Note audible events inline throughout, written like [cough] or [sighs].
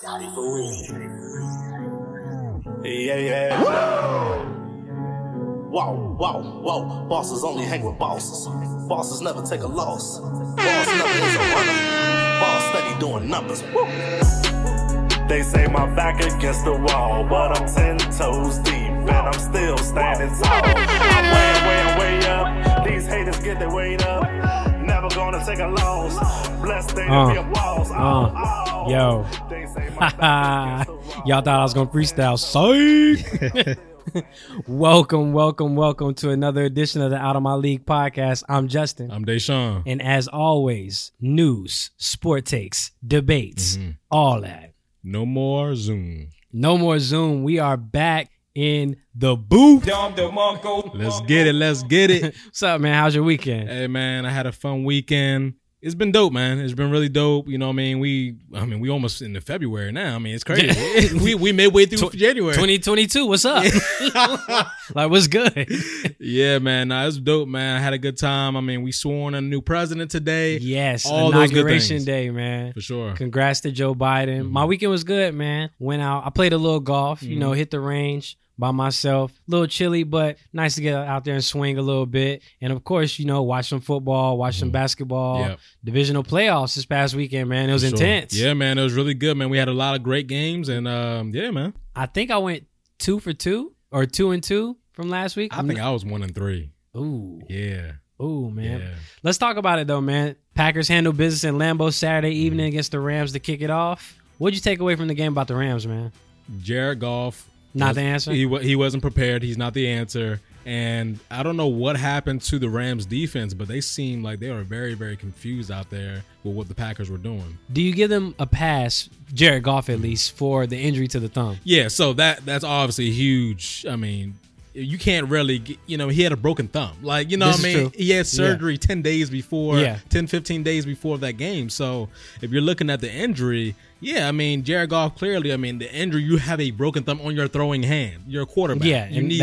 Daddy for real. Yeah, yeah. Whoa, whoa, whoa. Bosses only hang with bosses. Bosses never take a loss. Boss never is a runner. Boss steady doing numbers. Woo. They say my back against the wall, but I'm ten toes deep and I'm still standing tall. I'm way, way, way up. These haters get their weight up. Never gonna take a loss. Blessed they to be a boss. Oh, uh, yo. They say my back against the wall. [laughs] Y'all thought I was gonna freestyle. Psych! [laughs] welcome, welcome, welcome to another edition of the Out of My League podcast. I'm Justin. I'm Deshaun. and as always, news, sport takes, debates, Mm-hmm. all that. No more Zoom. No more Zoom. We are back in the booth. Let's get it. Let's get it. [laughs] What's up, man? How's your weekend? hey man, I had a fun weekend. It's been dope, man. It's been really dope. You know what I mean? We I mean, we almost into February now. I mean, it's [laughs] crazy. we we midway through January. 2022. What's up? like, what's good? [laughs] yeah, man. Nah, it's dope, man. I had a good time. I mean, we sworn a new president today. Yes, All those good inauguration things. day, man. For sure. Congrats to Joe Biden. Mm-hmm. My weekend was good, man. Went out. I played a little golf, you Mhm. know, hit the range by myself. A little chilly, but nice to get out there and swing a little bit. And of course, you know, watch some football, watch some Mhm. basketball. Yep. Divisional playoffs this past weekend, man. It was For sure. intense. Yeah, man. It was really good, man. We had a lot of great games and um yeah, man. I think I went two for two or two and two from last week. I think I was one and three. Ooh. Yeah. Ooh, man. Yeah. Let's talk about it though, man. Packers handle business in Lambeau Saturday Mm-hmm. evening against the Rams to kick it off. What'd you take away from the game about the Rams, man? Jared Goff Not was- the answer. He wa- he wasn't prepared. He's not the answer. And I don't know what happened to the Rams defense, but they seem like they were very very confused out there with what the Packers were doing. Do you give them a pass, Jared Goff at least, for the injury to the thumb? Yeah, so that that's obviously huge. I mean, you can't really get, you know, he had a broken thumb. Like, you know This what I is mean? true. He had surgery 10 days before, Yeah. 10 15 days before that game. So, if you're looking at the injury, yeah, I mean, Jared Goff clearly, I mean, the injury you have a broken thumb on your throwing hand. You're a quarterback. Yeah, you and need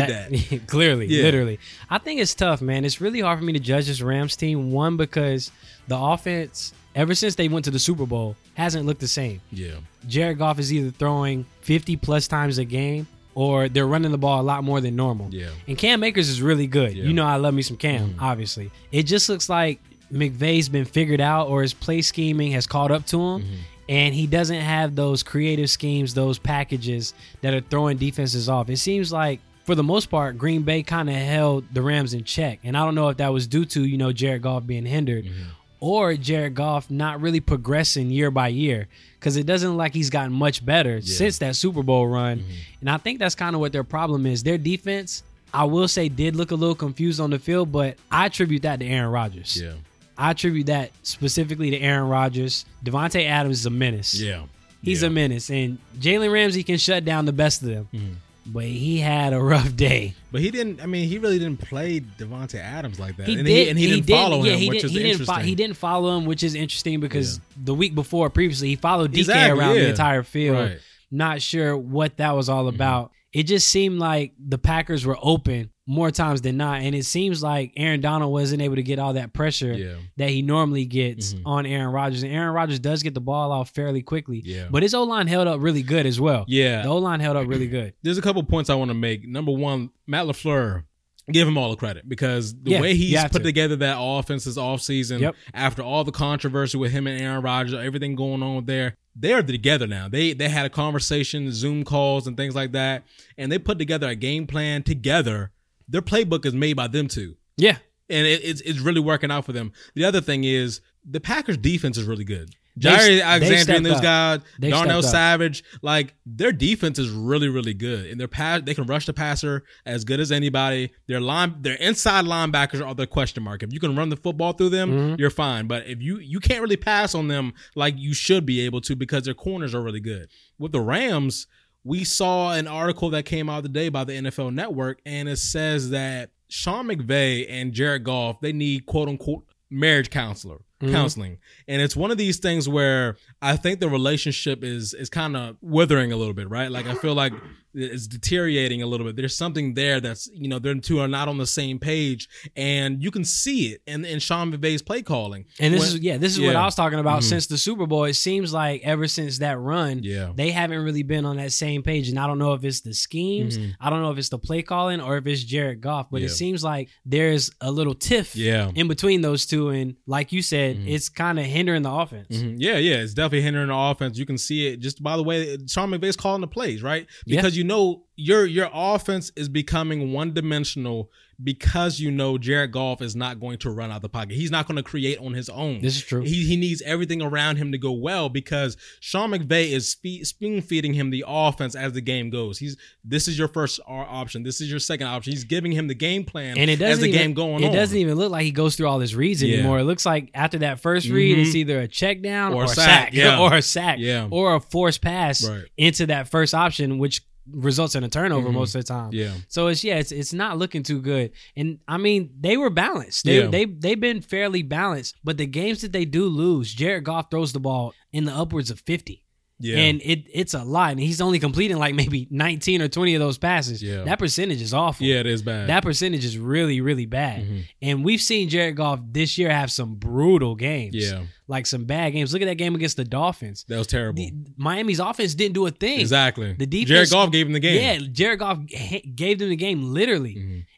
[laughs] that. clearly, Yeah. literally. I think it's tough, man. It's really hard for me to judge this Rams team. One because the offense, ever since they went to the Super Bowl, hasn't looked the same. Yeah. Jared Goff is either throwing 50 plus times a game or they're running the ball a lot more than normal. Yeah. And Cam Akers is really good. Yeah. Mm-hmm. You know, I love me some Cam, obviously. It just looks like McVay's been figured out or his play scheming has caught up to him. Mm-hmm. And he doesn't have those creative schemes, those packages that are throwing defenses off. It seems like, for the most part, Green Bay kind of held the Rams in check. And I don't know if that was due to, you know, Jared Goff being hindered Mm-hmm. or Jared Goff not really progressing year by year because it doesn't look like he's gotten much better since that Super Bowl run. Mm-hmm. And I think that's kind of what their problem is. Their defense, I will say, did look a little confused on the field, but I attribute that to Aaron Rodgers. Yeah. I attribute that specifically to Aaron Rodgers. Devontae Adams is a menace. Yeah. He's yeah. a menace. And Jalen Ramsey can shut down the best of them. Mm-hmm. But he had a rough day. But he didn't. I mean, he really didn't play Devonte Adams like that. He and did, He, and he, didn't follow yeah, him, he which didn't, is he didn't interesting. fo- he didn't follow him, which is interesting because the week before, previously, he followed DK Exactly, around the yeah. entire field. Right. Mm-hmm. Not sure what that was all about. It just seemed like the Packers were open more times than not, and it seems like Aaron Donald wasn't able to get all that pressure Yeah. that he normally gets Mhm. on Aaron Rodgers. And Aaron Rodgers does get the ball out fairly quickly, Yeah. but his O line held up really good as well. Yeah. The O line held up [clears throat] really good. There's a couple points I want to make. Number one, Matt Lafleur. Give him all the credit because the Yeah, way you he's have put to. together that offense this offseason, Yep. after all the controversy with him and Aaron Rodgers, everything going on there, they are together now. They they had a conversation, Zoom calls, and things like that, and they put together a game plan together. Their playbook is made by them two. Yeah. and it, it's it's really working out for them. The other thing is the Packers defense is really good. They've- Jair they've Alexander stepped and those up. guys, They've Darnell stepped up. Savage, like their defense is really really good, and their pass they can rush the passer as good as anybody. Their line, their inside linebackers are the question mark. If you can run the football through them, Mm-hmm. you're fine. But if you you can't really pass on them like you should be able to because their corners are really good. With the Rams, we saw an article that came out today by the NFL Network, and it says that Sean McVay and Jared Goff they need quote unquote marriage counselor. Mm-hmm. counseling. And it's one of these things where I think the relationship is is kind of withering a little bit, right? Like I feel like it's deteriorating a little bit. There's something there that's, you know, them two are not on the same page and you can see it in, in Sean McVay's play calling. And this When- is yeah, this is what yeah. Mm-hmm. I was talking about since the Super Bowl. It seems like ever since that run, Yeah. they haven't really been on that same page. And I don't know if it's the schemes, I don't know if it's the play calling, or if it's Jared Goff. But it Mm-hmm. Yeah. seems like there's a little tiff Yeah. Mm-hmm. in between those two, and like you said, it's kind of hindering the offense. Mhm. Yeah, yeah, it's definitely hindering the offense. You can see it just by the way that Sean McVay's calling the plays, right? Yeah. Because you know your your offense is becoming one dimensional because you know Jared Goff is not going to run out the pocket. He's not going to create on his own. This is true. He, he needs everything around him to go well because Sean McVay is fe- spoon feeding him the offense as the game goes. He's this is your first o- option. This is your second option. He's giving him the game plan and it doesn't as the even, game going it on. doesn't even look like he goes through all his reads Yeah. Mm-hmm. anymore. It looks like after that first read, it's either a check down Or or, a a sack, sack, [laughs] yeah. or a sack, Yeah. or a forced pass Right. Mm-hmm. into that first option, which results in a turnover most of the time. Yeah. So it's yeah, it's it's not looking too good. And I mean, they were balanced. They Yeah. they they've been fairly balanced, but the games that they do lose, Jared Goff throws the ball in the upwards of fifty. yeah. And it it's a lot, and he's only completing like maybe nineteen or twenty of those passes. Yeah. That percentage is awful. yeah, Mm-hmm. it is bad. That percentage is really, really bad. And we've seen Jared Goff this year have some brutal games. Yeah. Like some bad games. Look at that game against the Dolphins. that was terrible. The- Miami's offense didn't do a thing. Exactly. The defense- Jared Goff gave him the game. Mm-hmm. Yeah, Jared Goff ha- gave them the game literally.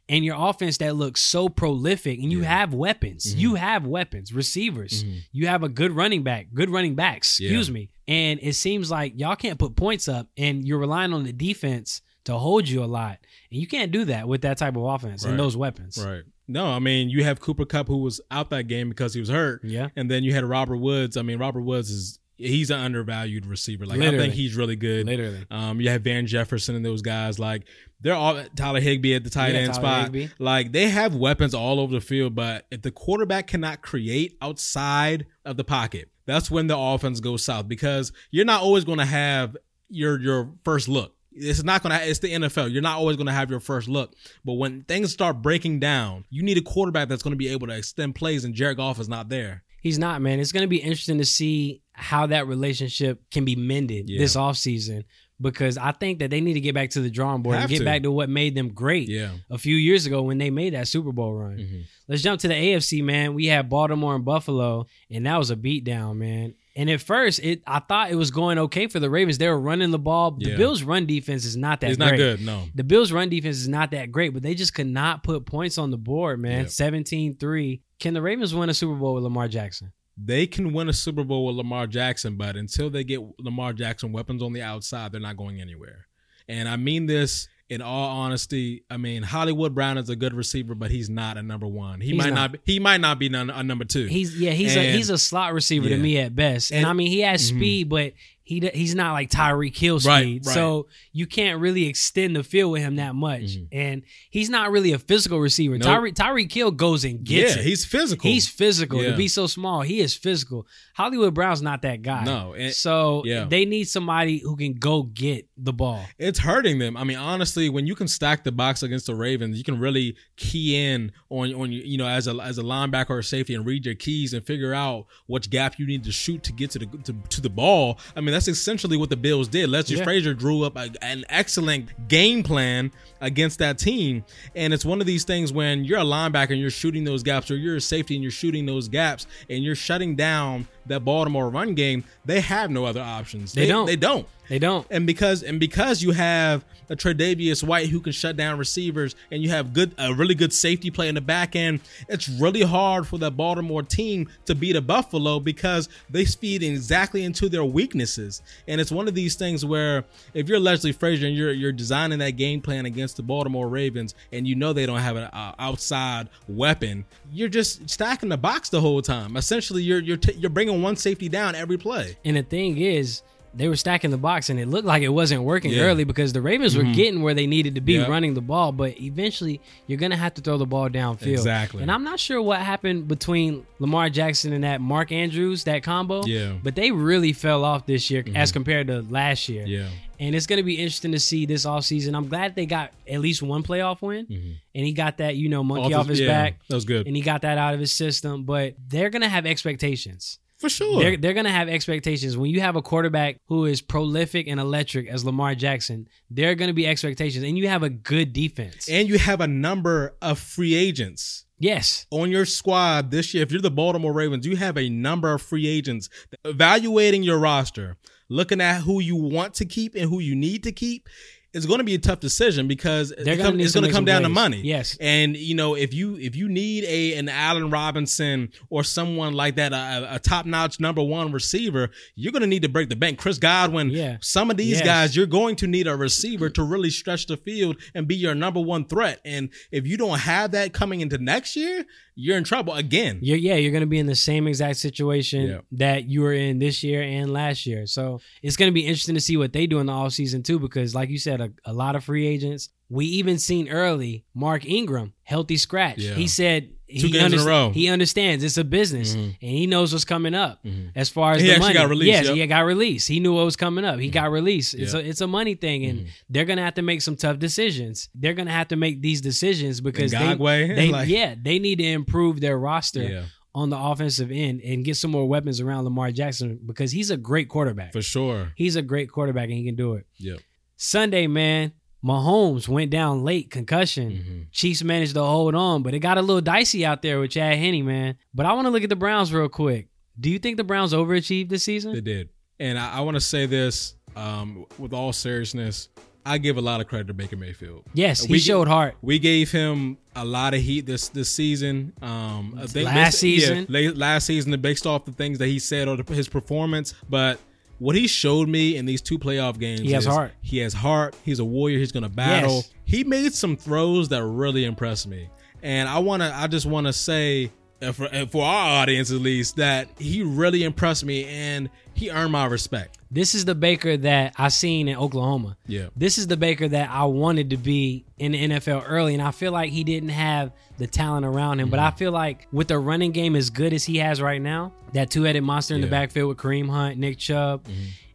And your offense that looks so prolific, and you have weapons. Mm-hmm. You have weapons, receivers. You have a good running back, good running backs, Yeah. excuse me. And it seems like y'all can't put points up, and you're relying on the defense to hold you a lot. And you can't do that with that type of offense Right. and those weapons. Right. No, I mean you have Cooper Cup who was out that game because he was hurt. Yeah. And then you had Robert Woods. I mean Robert Woods is he's an undervalued receiver. Like I Literally. think he's really good. Literally. Um, you have Van Jefferson and those guys. Like they're all Tyler Higby at the tight Yeah, end Tyler spot. Higbee. Like they have weapons all over the field, but if the quarterback cannot create outside of the pocket, that's when the offense goes south because you're not always going to have your your first look. It's not gonna. It's the NFL. You're not always gonna have your first look, but when things start breaking down, you need a quarterback that's gonna be able to extend plays, and Jared Goff is not there. He's not, man. It's going to be interesting to see how that relationship can be mended Yeah. this offseason because I think that they need to get back to the drawing board Have and get to. back to what made them great Yeah. Mm. Mm-hmm. a few years ago when they made that Super Bowl run. Let's jump to the AFC, man. We had Baltimore and Buffalo, and that was a beatdown, man. And at first, it I thought it was going okay for the Ravens. They were running the ball. The Yeah. Bills' run defense is not that It's not great. good. No. The Bills' run defense is not that great, but they just could not put points on the board, man. Yep. Seventeen three. 17-3. Can the Ravens win a Super Bowl with Lamar Jackson? they can win a Super Bowl with Lamar Jackson, but until they get Lamar Jackson weapons on the outside, they're not going anywhere. And I mean this in all honesty. I mean Hollywood Brown is a good receiver, but he's not a number one. He He's might not. not. be, he might not be none, a number two. He's yeah, he's a And- he's a slot receiver yeah. to me at best. And, And- Mhm. I mean, he has speed, but he d- he's not like Tyreek Hill speed. Right, right. So you can't really extend the field with him that much. And he's not really a physical receiver. Mhm. Nope. Tyreek Tyreek Hill goes and yeah, gets it. he's physical. He's physical Yeah. to be so small. He is physical. Hollywood Brown's not that guy. No, and- so yeah. they need somebody who can go get the ball. it's hurting them. I mean, honestly, when you can stack the box against the Ravens, you can really key in on on you you know as a as a linebacker or safety and read your keys and figure out which gap you need to shoot to get to the to, to the ball. I mean, that's essentially what the Bills did. Leslie Yeah. Frazier drew up a, an excellent game plan against that team, and it's one of these things when you're a linebacker and you're shooting those gaps, or you're a safety and you're shooting those gaps, and you're shutting down that Baltimore run game. They have no other options. They don't. They don't They don't. and because and because you have a Tre'Davious White who can shut down receivers, and you have good a really good safety play in the back end, it's really hard for that Baltimore team to beat a Buffalo because they feed exactly into their weaknesses. And it's one of these things where if you're Leslie Frazier and you're you're designing that game plan against the Baltimore Ravens, and you know they don't have an uh, outside weapon, you're just stacking the box the whole time. Essentially, you're you're t- you're bringing one safety down every play. And the thing is, they were stacking the box and it looked like it wasn't working Yeah. Mm-hmm. early because the Ravens were getting where they needed to be Yeah. running the ball, but eventually you're gonna have to throw the ball downfield. Exactly. And I'm not sure what happened between Lamar Jackson and that Mark Andrews, that combo. Yeah. Mm-hmm. But they really fell off this year as compared to last year. Yeah. And it's going to be interesting to see this offseason. I'm glad they got at least one playoff win. And he got that, you know, monkey off his Mm-hmm. yeah, back. That was good. And he got that out of his system. But they're going to have expectations. For sure. They're, they're going to have expectations. When you have a quarterback who is prolific and electric as Lamar Jackson, there are going to be expectations. And you have a good defense. and you have a number of free agents. yes. on your squad this year, if you're the Baltimore Ravens, you have a number of free agents. Evaluating your roster, looking at who you want to keep and who you need to keep, is going to be a tough decision because it They're gonna come- need it's to going to make come some down to plays. money. Yes. and you know if you if you need a an Allen Robinson or someone like that, a, a top notch number one receiver, you're going to need to break the bank. Chris Godwin, Yeah. some of these Yes. guys, you're going to need a receiver to really stretch the field and be your number one threat. And if you don't have that coming into next year, you're in trouble again. You're, yeah, you're going to be in the same exact situation Yeah. that you were in this year and last year. So it's going to be interesting to see what they do in the offseason, too, because, like you said, a, a lot of free agents. We even seen early Mark Ingram, healthy scratch. Yeah. He said Two he, games in a row. Mm-hmm. he understands it's a business and he knows what's coming up as far as He the actually money. got released, Yes, yep. Mm-hmm. he got released. He knew what was coming up. He got released. It's, Yeah. a, it's a money thing, Mm-hmm. and they're going to have to make some tough decisions. They're going to have to make these decisions because they, [laughs] Ngakwe, they like- yeah, they need to improve their roster Yeah. on the offensive end and get some more weapons around Lamar Jackson because he's a great quarterback. For sure. He's a great quarterback and he can do it. Yep. Sunday, man, Mahomes went down late, concussion. Mm-hmm. Chiefs managed to hold on, but it got a little dicey out there with Chad Henney, man. But I want to look at the Browns real quick. Do you think the Browns overachieved this They season? did. And I, I want to say this um, with all seriousness. I give a lot of credit to Baker Mayfield. Yes, he Uh, We- showed heart. We gave him a lot of heat this this season. Um, I think- Last season. yeah, la- last season, based off the things that he said or the, his performance, but what he showed me in these two playoff games, He has is heart. He has heart. He's a warrior. He's going to battle. Yes. He made some throws that really impressed me, and I want to. I just want to say. uh, For, uh, for our audience, at least, that he really impressed me and he earned my respect. This is the Baker that I seen in Oklahoma. Yeah. This is the Baker that I wanted to be in the NFL early, and I feel like he didn't have the talent around him. But I feel like with a running game as good as he has right now, that two headed monster in the Yeah. Mm-hmm. backfield with Kareem Hunt, Nick Chubb,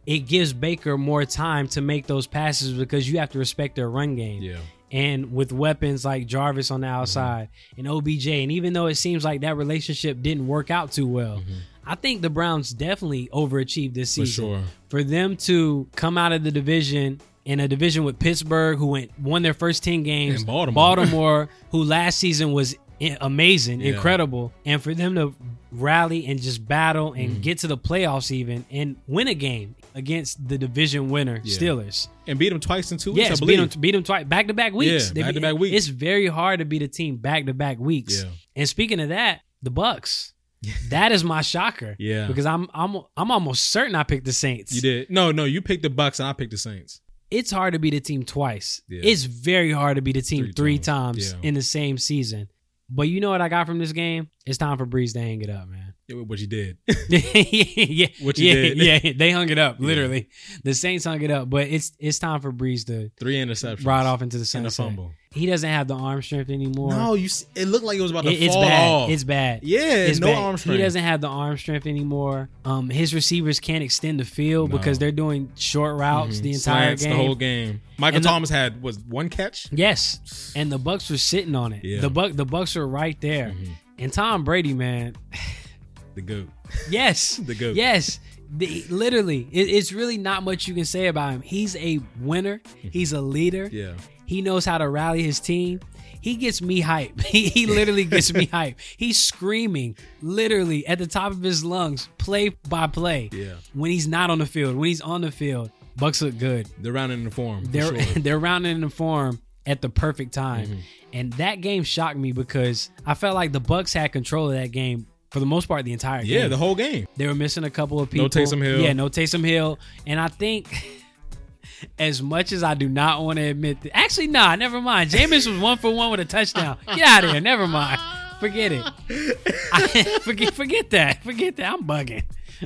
it gives Baker more time to make those passes because you have to respect their run game. Yeah. Mm-hmm. And with weapons like Jarvis on the outside and OBJ, and even though it seems like that relationship didn't work out too well, I think the Browns definitely overachieved this Mm-hmm. For season sure. for them to come out of the division in a division with Pittsburgh, who went won their first ten games, And Baltimore. Baltimore, who last season was i- amazing, Yeah. incredible, and for them to rally and just battle and Mm-hmm. get to the playoffs even and win a game against the division winner Yeah. Steelers. And beat him twice in two weeks, I Yes, beat believe. them, beat them twice, back to back weeks. Yeah, They beat- back-to-back weeks. It's very hard to beat a team back to back weeks. Yeah. And speaking of that, the [laughs] Bucks. that is my shocker. Yeah. because I'm I'm I'm almost certain I picked the Saints. You did. No, no, you picked the Bucks and I picked the Saints. it's hard to beat a team twice. Yeah. It's very hard to beat a team Three three, times. times, Yeah. in the same season. But you know what I got from this game? It's time for Breeze to hang it up, [laughs] man. [laughs] Yeah, What you did. yeah, What you yeah, did. yeah, they hung it up literally. The Saints hung it up, but it's it's time for Breeze to Three interceptions. ride off into the and a sunset. fumble. He doesn't have the arm strength anymore. No, you. s- It looked like it was about to It- it's fall bad. off. It's bad. yeah, It's no bad. arm strength. He doesn't have the arm strength anymore. Um, his receivers can't extend the field No. Mm-hmm. because they're doing short routes the entire Slants game. The whole game. Michael And the- Thomas had was one catch. Yes, and the Bucks were sitting on it. Yeah. Mm-hmm. The buck, the Bucks were right there, and Tom Brady, [laughs] man. The goat. Yes, The goat. Yes, The- literally, it- it's really not much you can say about him. He's a winner. Mm-hmm. He's a leader. Yeah. He knows how to rally his team. He gets me hype. [laughs] He, he literally gets [laughs] me hype. He's screaming literally at the top of his lungs, play by play. Yeah. When he's not on the field, when he's on the field, Bucks look good They're rounding the form. for they're [laughs] sure. Mm-hmm. they're rounding in the form at the perfect time. And that game shocked me because I felt like the Bucks had control of that game for the most part the entire game. yeah, the whole game. they were missing a couple of people. Taysom Hill. Yeah, no Taysom Hill. And I think [laughs] as much as I do not want to admit that actually nah, never mind. Jameis was one for one with a touchdown. Get out of here. [laughs] Never mind. Forget it. I, forget forget that. Forget that. I'm bugging.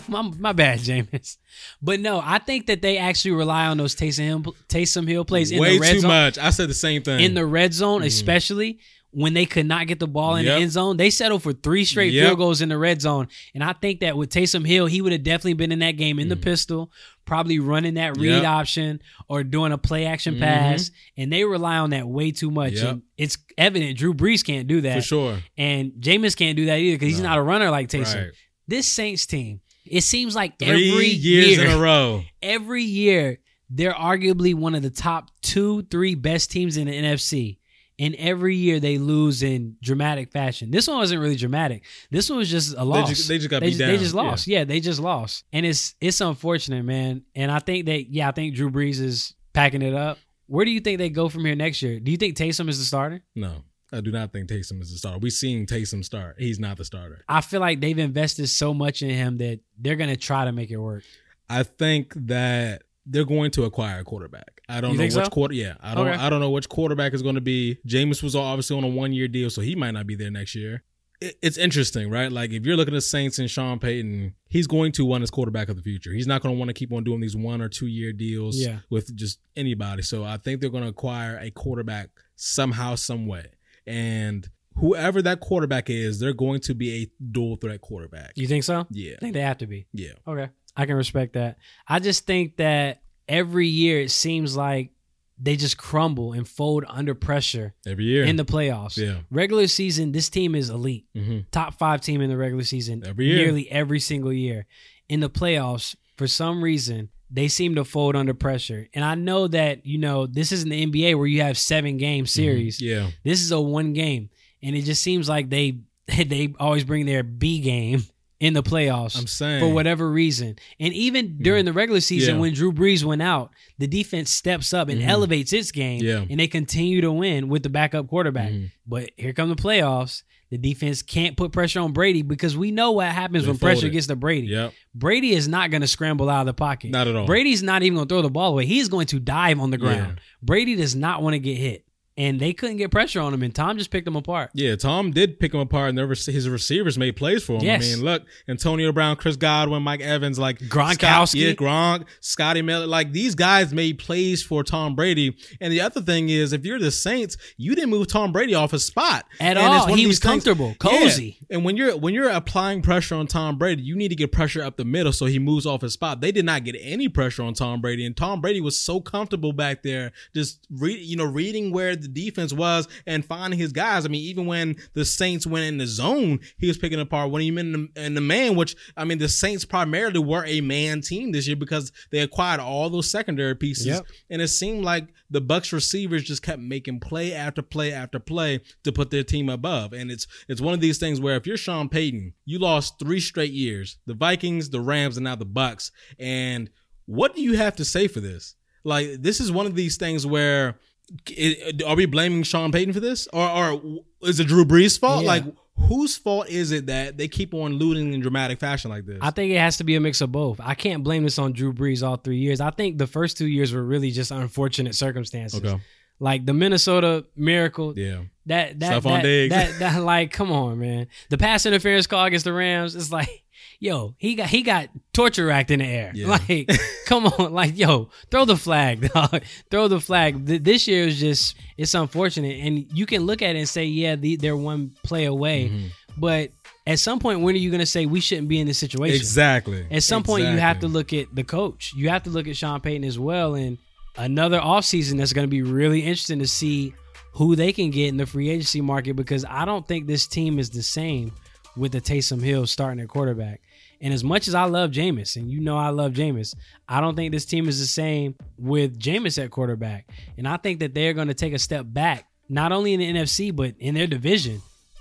my, my bad, Jameis. But no, I think that they actually rely on those Taysom Hill, Taysom Hill plays in Way the red too zone. much. I said the same thing. In the red zone, especially when they could not get the ball in Mm-hmm. Yep. the end zone, they settled for three straight Yep. field goals in the red zone. And I think that with Taysom Hill, he would have definitely been in that game in the pistol, probably running that read Mm-hmm. Yep. Mm-hmm. option or doing a play action pass. And they rely on that way too much. Yep. And it's evident Drew Brees can't do that. for sure. And Jameis can't do that either because he's No. not a runner like Taysom. Right. This Saints team, it seems like Three every years year, in a row. [laughs] every year, they're arguably one of the top two, three best teams in the NFC. And every year they lose in dramatic fashion. This one wasn't really dramatic. This one was just a loss. just- they just got beat They down. just lost. Yeah. they just lost. And it's it's unfortunate, man. And I think that yeah, I think Drew Brees is packing it up. Where do you think they go from here next year? Do you think Taysom is the starter? No, I do not think Taysom is the starter. We've seen Taysom start. He's not the starter. I feel like they've invested so much in him that they're gonna try to make it work. I think that they're going to acquire a quarterback. I don't You know which think so? quarter. Yeah, I don't. Okay. I don't know which quarterback is going to be. Jameis was obviously on a one year deal, so he might not be there next year. It- It's interesting, right? Like if you're looking at Saints and Sean Payton, he's going to want his quarterback of the future. He's not going to want to keep on doing these one or two year deals Yeah. with just anybody. So I think they're going to acquire a quarterback somehow, some way, and whoever that quarterback is, they're going to be a dual threat quarterback. You think so? Yeah, I think they have to be. yeah. Okay. I can respect that. I just think that every year it seems like they just crumble and fold under pressure Every year in the playoffs. Yeah. Regular season, this team is elite. hmm Top five team in the regular season Every year. nearly every single year. In the playoffs, for some reason, they seem to fold under pressure. And I know that, you know, this isn't the NBA where you have seven game series. Mm-hmm. Yeah. This is a one game. And it just seems like they [laughs] they always bring their B game in the playoffs I'm saying for whatever reason. And even during the regular season, Mm. Yeah. when Drew Brees went out, the defense steps up and Mhm. elevates its game, Yeah. and they continue to win with the backup quarterback. Mhm. But here come the playoffs. The defense can't put pressure on Brady because we know what happens They when fold pressure it. gets to Brady. Yep. Brady is not going to scramble out of the pocket. Not at all. Brady's not even going to throw the ball away. He's going to dive on the ground. Yeah. Brady does not want to get hit. And they couldn't get pressure on him, and Tom just picked him apart. Yeah, Tom did pick him apart, and their, rec- his receivers made plays for him. Yes. I mean, look, Antonio Brown, Chris Godwin, Mike Evans, like Gronkowski. Scott- yeah, Gronk, Scotty Miller, like these guys made plays for Tom Brady. And the other thing is, if you're the Saints, you didn't move Tom Brady off his spot At And it's all. one of He these was comfortable, cozy. Yeah. And when you're when you're applying pressure on Tom Brady, you need to get pressure up the middle so he moves off his spot. They did not get any pressure on Tom Brady, and Tom Brady was so comfortable back there, just read you know reading where the defense was and finding his guys. I mean, even when the Saints went in the zone, he was picking apart. When he went in the, in the man, which I mean, the Saints primarily were a man team this year because they acquired all those secondary pieces, Yep. and it seemed like the Bucks receivers just kept making play after play after play to put their team above. And it's it's one of these things where if you're Sean Payton, you lost three straight years: the Vikings, the Rams, and now the Bucks. And what do you have to say for this? Like this is one of these things where it, are we blaming Sean Payton for this, or or is it Drew Brees' fault? Yeah. Like whose fault is it that they keep on looting in dramatic fashion like this? I think it has to be a mix of both. I can't blame this on Drew Brees all three years. I think the first two years were really just unfortunate circumstances. okay, Like the Minnesota miracle. yeah, That that Stephon that, Diggs. that that [laughs] like come on, man. The pass interference call against the Rams is like, yo, he got he got torture racked in the air. Yeah. [laughs] Like, come on, like yo, throw the flag, [laughs] dog. throw the flag. Th- This year is just it's unfortunate, and you can look at it and say, yeah, the, they're one play away, Mm-hmm. but. At some point, when are you going to say we shouldn't be in this situation? exactly. At some point, you have to Exactly. look at the coach. You have to look at Sean Payton as well. And another offseason that's going to be really interesting to see who they can get in the free agency market because I don't think this team is the same with the Taysom Hill starting at quarterback. And as much as I love Jameis, and you know I love Jameis, I don't think this team is the same with Jameis at quarterback. And I think that they're going to take a step back, not only in the NFC, but in their division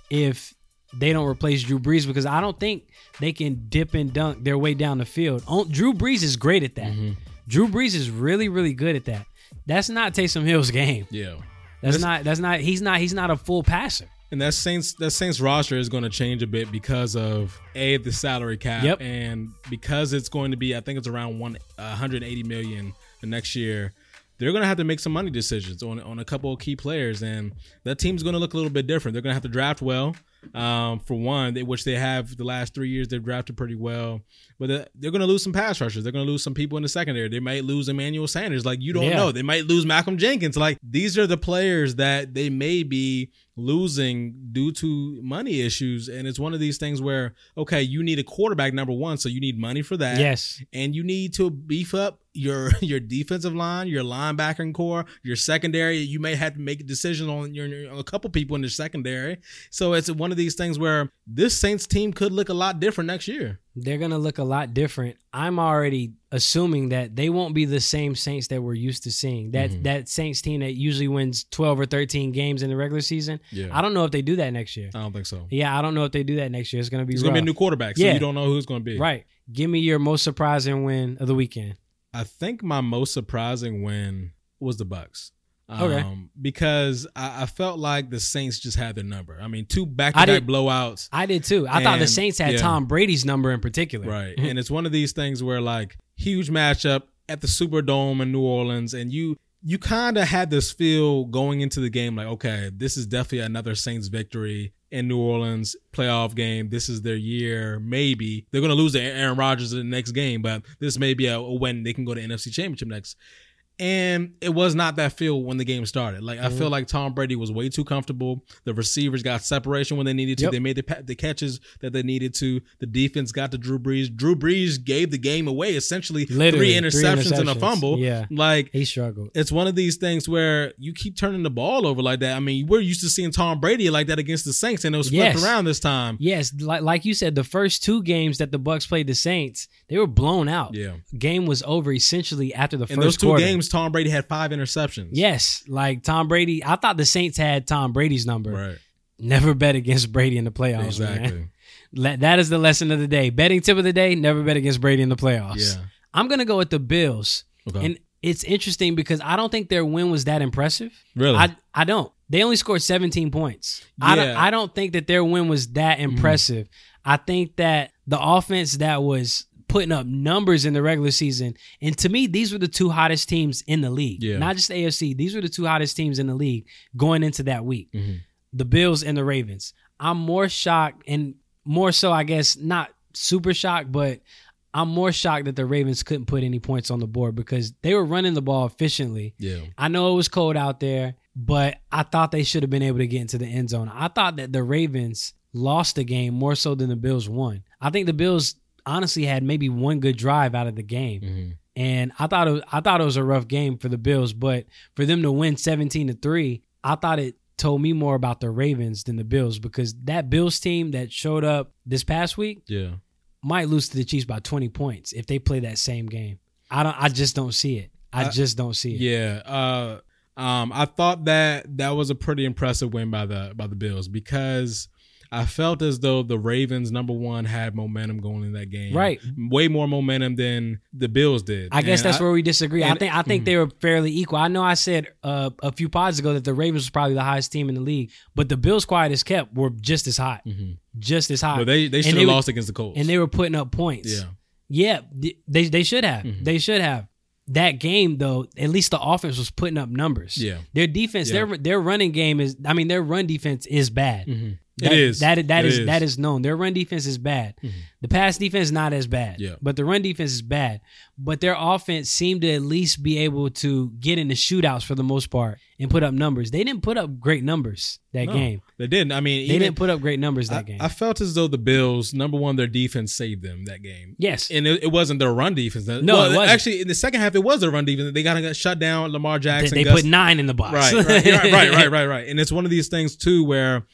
if they don't replace Drew Brees because I don't think they can dip and dunk their way down the field. Oh, Drew Brees is great at that. Mm-hmm. Drew Brees is really, really good at that. That's not Taysom Hill's [laughs] game. Yeah. That's not. That's not. He's not. He's not a full passer. And that Saints that Saints roster is going to change a bit because of a the salary cap Yep. and because it's going to be I think it's around one uh, 180 million the next year. They're going to have to make some money decisions on on a couple of key players and that team's going to look a little bit different. They're going to have to draft well. Um, for one, they, which they have the last three years, they've drafted pretty well, but they're, they're going to lose some pass rushers. They're going to lose some people in the secondary. They might lose Emmanuel Sanders. Like you don't Yeah. know. They might lose Malcolm Jenkins. Like these are the players that they may be losing due to money issues. And it's one of these things where okay, you need a quarterback number one, so you need money for that Yes. and you need to beef up your [laughs] your defensive line, your linebacker core, your secondary. You may have to make a decision on your, your- on a couple people in the secondary. So it's one of these things where this Saints team could look a lot different next year. They're going to look a lot different. I'm already assuming that they won't be the same Saints that we're used to seeing. That Mhm. that Saints team that usually wins 12 or 13 games in the regular season. Yeah, I don't know if they do that next year. I don't think so. Yeah, I don't know if they do that next year. It's going to be He's gonna be a rough. new quarterback, so Yeah. you don't know who it's gonna be. Right. Give me your most surprising win of the weekend. I think my most surprising win was the Bucks. Um, Okay. because I, I felt like the Saints just had their number. I mean, two back I to back didn't- blowouts. I did too. I thought the And- Saints had yeah. Tom Brady's number in particular. Right. and it's one of these things where like huge matchup at the Superdome in New Orleans and you you kind of had this feel going into the game like okay, this is definitely another Saints victory in New Orleans playoff game. This is their year. Maybe they're going to lose to Aaron Rodgers in the next game, but this may be a, a win they can go to NFC Championship next. And it was not that feel when the game started. Like I Mm-hmm. feel like Tom Brady was way too comfortable. The receivers got separation when they needed to. Yep. They made the, pa- the catches that they needed to. The defense got to Drew Brees. Drew Brees gave the game away essentially. Literally, three, interceptions and a interceptions. fumble. Yeah. Like He struggled. it's one of these things where you keep turning the ball over like that. I mean, we're used to seeing Tom Brady like that against the Saints, and it was flipped Yes. around this time. Yes, like like you said, the first two games that the Bucks played the Saints, they were blown out. Yeah. Game was over essentially after the In first those two quarter. games, Tom Brady had five interceptions. Yes, like Tom Brady. I thought the Saints had Tom Brady's number. Right. Never bet against Brady in the playoffs. Man. Exactly. Le- [laughs] That is the lesson of the day. Betting tip of the day: never bet against Brady in the playoffs. Yeah. I'm gonna go with the Bills, Okay. and it's interesting because I don't think their win was that impressive. really. I I don't. They only scored 17 points. I don't, Yeah. Mm-hmm. I don't think that their win was that impressive. I think that the offense that was putting up numbers in the regular season, and to me, these were the two hottest teams in the league. Yeah. Not just the AFC. These were the two hottest teams in the league going into that week. Mhm. The Bills and the Ravens. I'm more shocked and more so, I guess, not super shocked, but I'm more shocked that the Ravens couldn't put any points on the board because they were running the ball efficiently. yeah. I know it was cold out there, but I thought they should have been able to get into the end zone. I thought that the Ravens lost the game more so than the Bills won. I think the Bills honestly had maybe one good drive out of the game. Mm-hmm. And I thought it was, I thought it was a rough game for the Bills, but for them to win 17 to 3, I thought it told me more about the Ravens than the Bills because that Bills team that showed up this past week Yeah. might lose to the Chiefs by 20 points if they play that same game. I don't I just don't see it. I I- just don't see it. Yeah. Uh, um, I thought that that was a pretty impressive win by the by the Bills because I felt as though the Ravens number one had momentum going in that game, Right. Way more momentum than the Bills did. I guess And that's where we disagree. I and- mm-hmm. think I think they were fairly equal. I know I said uh, a few pods ago that the Ravens was probably the highest team in the league, but the Bills, quiet as kept, were just as hot, Mhm. just as hot, Well, they they And should they have were- lost against the Colts. and they were putting up points. yeah. yeah, th- they they should have. Mhm. They should have. That game though, at least the offense was putting up numbers. Yeah. Their defense, Yeah. their their running game is. I mean, their run defense is bad. Mhm. That, it is. that that It is, that is known. Their run defense is bad. The pass defense not as bad. Yeah. But the run defense is bad. But their offense seemed to at least be able to get in the shootouts for the most part and put up numbers. They didn't put up great numbers that No, game. They didn't. I mean, They even- didn't put up great numbers that I, game. I felt as though the Bills number one their defense saved them that game. yes. And it, it wasn't their run defense. No, it wasn't. actually, in the second half, it was their run defense. They got, got shut down. Lamar They, Jackson. they Gus put nine in the box. [laughs] Right, right, yeah, right, right, right, right. And it's one of these things too where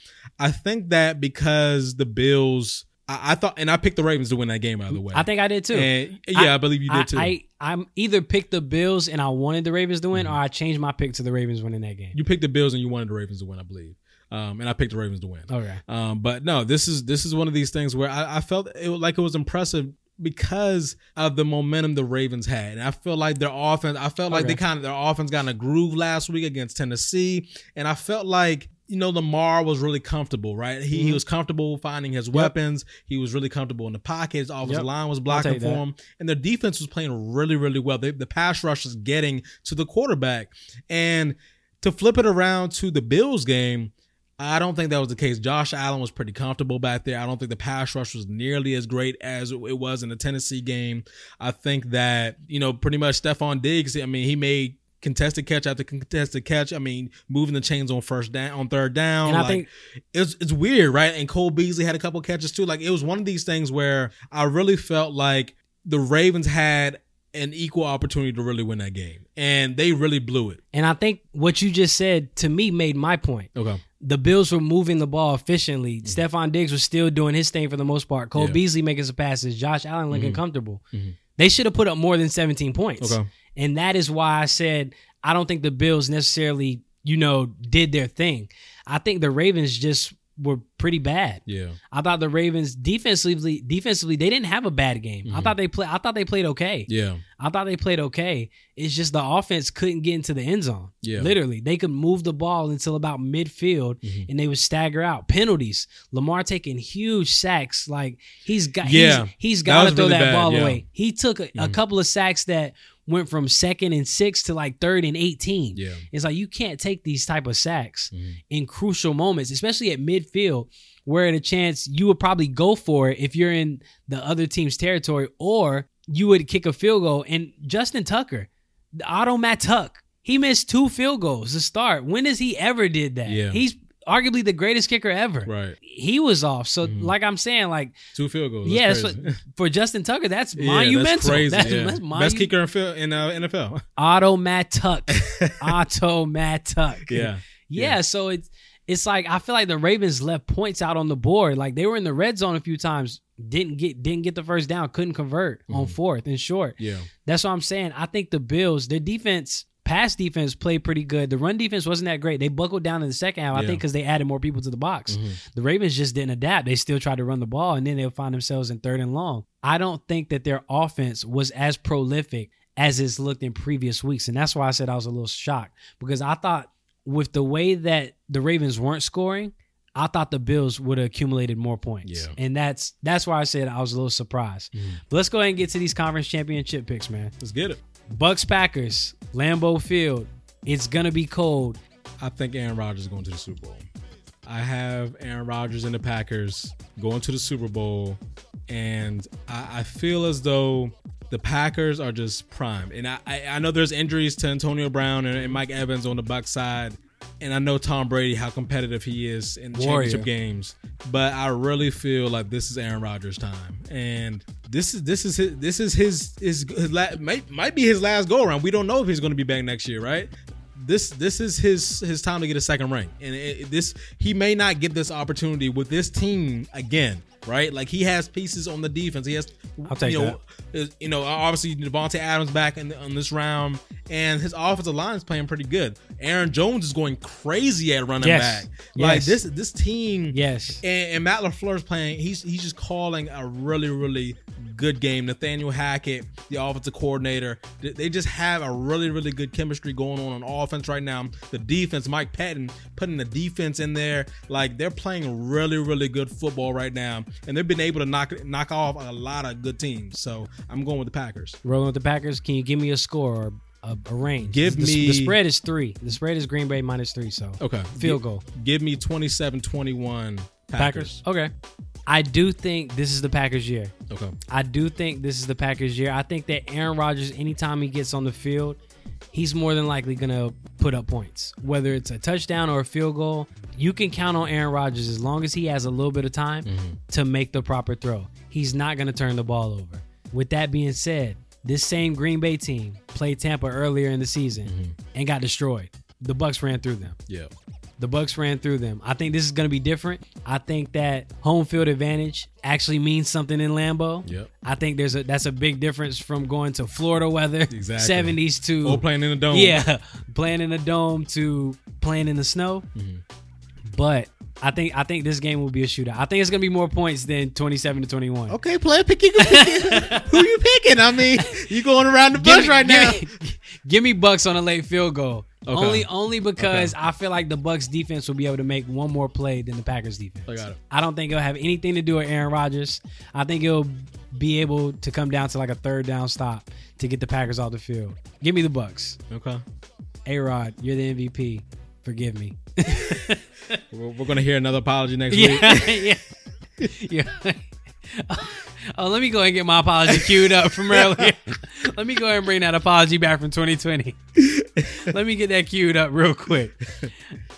I think that because the Bills, I, I thought, and I picked the Ravens to win that game. By the way, I think I did too. And, yeah, I, I- believe you I, did too. I, I'm either picked the Bills and I wanted the Ravens to win, or I changed my pick to the Ravens winning that game. Mm-hmm. you picked the Bills and you wanted the Ravens to win, I believe. Um, and I picked the Ravens to win. Okay. Um, but no, this is this is one of these things where I, I felt it, was- like it was impressive because of the momentum the Ravens had, and I feel like their offense. I felt like Okay. they kind of their offense got in a groove last week against Tennessee, and I felt like. You know, Lamar was really comfortable, right? He, he Mhm. was comfortable finding his weapons. He was really comfortable in the pocket. His offensive Yep. line was blocking take for that. him, and their defense was playing really, really well. They, the pass rush is getting to the quarterback, and to flip it around to the Bills game, I don't think that was the case. Josh Allen was pretty comfortable back there. I don't think the pass rush was nearly as great as it was in the Tennessee game. I think that, you know, pretty much Stephon Diggs, I mean, he made contested catch after contested catch. I mean, moving the chains on first down on third down. And I like, think- it's it's weird, right? And Cole Beasley had a couple catches too. Like it was one of these things where I really felt like the Ravens had an equal opportunity to really win that game. And they really blew it. And I think what you just said to me made my point. Okay. The Bills were moving the ball efficiently. Stephon Diggs was still doing his thing for the most part. Cole Mm-hmm. Yeah. Mm-hmm. Beasley making some passes. Josh Allen looking comfortable. They should have put up more than 17 points. Okay. And that is why I said I don't think the Bills necessarily, you know, did their thing. I think the Ravens just were pretty bad. Yeah. I thought the Ravens defensively defensively they didn't have a bad game. Mm-hmm. I thought they play I thought they played okay. Yeah. I thought they played okay. It's just the offense couldn't get into the end zone. Yeah. Literally, they could move the ball until about midfield Mm-hmm. and they would stagger out. Penalties. Lamar taking huge sacks. Like he's got Yeah. he's, he's That got to was throw really that bad, ball yeah. Mm-hmm. away. He took a, a couple of sacks that went from second and 6 to like third and 18. Yeah. Mm-hmm. It's like you can't take these type of sacks in crucial moments, especially at midfield, where at a chance you would probably go for it if you're in the other team's territory, or you would kick a field goal. And Justin Tucker, the auto Matt Tuck, he missed two field goals to start. When has he ever did that? Yeah. He's arguably the greatest kicker ever. Right. Mm-hmm. He was off. So like I'm saying, like Two field goals. yeah, That's that's [laughs] crazy. what- for Justin Tucker, that's Yeah, monumental. That's crazy. That's, yeah. that's Best monu- kicker in, fil- in uh, [laughs] NFL. Auto Matt [laughs] Tuck. Auto Matt Tuck. yeah. Yeah, so it's it's like I feel like the Ravens left points out on the board. Like they were in the red zone a few times, didn't get didn't get the first down, couldn't convert on fourth and short. Yeah. That's what I'm saying. I think the Bills, their defense, pass defense played pretty good. The run defense wasn't that great. They buckled down in the second half, I Yeah. think, because they added more people to the box. The Ravens just didn't adapt. They still tried to run the ball, and then they'll find themselves in third and long. I don't think that their offense was as prolific as it's looked in previous weeks. And that's why I said I was a little shocked because I thought with the way that the Ravens weren't scoring, I thought the Bills would have accumulated more points. Yeah. Mm-hmm. And that's that's why I said I was a little surprised. But let's go ahead and get to these conference championship picks, man. Let's get it. Bucks Packers, Lambeau Field. It's gonna be cold. I think Aaron Rodgers is going to the Super Bowl. I have Aaron Rodgers and the Packers going to the Super Bowl, and I, I feel as though the Packers are just prime. And I, I, I know there's injuries to Antonio Brown and, and Mike Evans on the Bucks side, and I know Tom Brady how competitive he is in the Warrior. championship games. But I really feel like this is Aaron Rodgers' time, and this is this is his, this is his his, his la- might might be his last go around. We don't know if he's going to be back next year, right? this this is his his time to get a second ring, and it, it- this he may not get this opportunity with this team again, right? Like he has pieces on the defense. He has, I'll take you know, is- you know, obviously Devonte Adams back in on this round, and his offensive line is playing pretty good. Aaron Jones is going crazy at running Yes. back. Like Yes. this this team, Yes. and, and Matt LaFleur's playing, he's he's just calling a really, really good game. Nathaniel Hackett, the offensive coordinator, th- they just have a really, really good chemistry going on on offense right now. The defense, Mike Patton putting the defense in there. Like they're playing really, really good football right now. And they've been able to knock knock off a lot of good teams. So I'm going with the Packers. Rolling with the Packers, can you give me a score or a, a range? Give the, me- the spread is three. The spread is Green Bay minus three. So Okay. field goal. Give me 27 21 Packers. Packers. Okay. I do think this is the Packers year. Okay. I do think this is the Packers year. I think that Aaron Rodgers, anytime he gets on the field, he's more than likely gonna put up points. Whether it's a touchdown or a field goal, you can count on Aaron Rodgers as long as he has a little bit of time to make the proper throw. He's not gonna turn the ball over. With that being said, this same Green Bay team played Tampa earlier in the season and got destroyed. The Bucks ran through them. Yeah. The Bucks ran through them. I think this is going to be different. I think that home field advantage actually means something in Lambeau. Yep. I think there's a that's a big difference from going to Florida weather, Exactly. 70s to Or playing in the dome. yeah, playing in the dome to playing in the snow. Mm-hmm. But I think I think this game will be a shootout. I think it's going to be more points than 27 to 21. Okay, player, pick [laughs] you. Who you picking? I mean, you going around the bush right now. give me- [laughs] give me Bucks on a late field goal. Okay. Only only because I feel like the Bucks defense will be able to make one more play than the Packers defense. I got it. I don't think it'll have anything to do with Aaron Rodgers. I think it'll be able to come down to like a third down stop to get the Packers off the field. Give me the Bucks. Okay. A Rod, you're the MVP. Forgive me. We're, we're gonna hear another apology next week. yeah, [laughs] yeah, yeah. [laughs] oh, let me go and get my apology queued up from earlier. [laughs] let me go ahead and bring that apology back from 2020. [laughs] let me get that queued up real quick.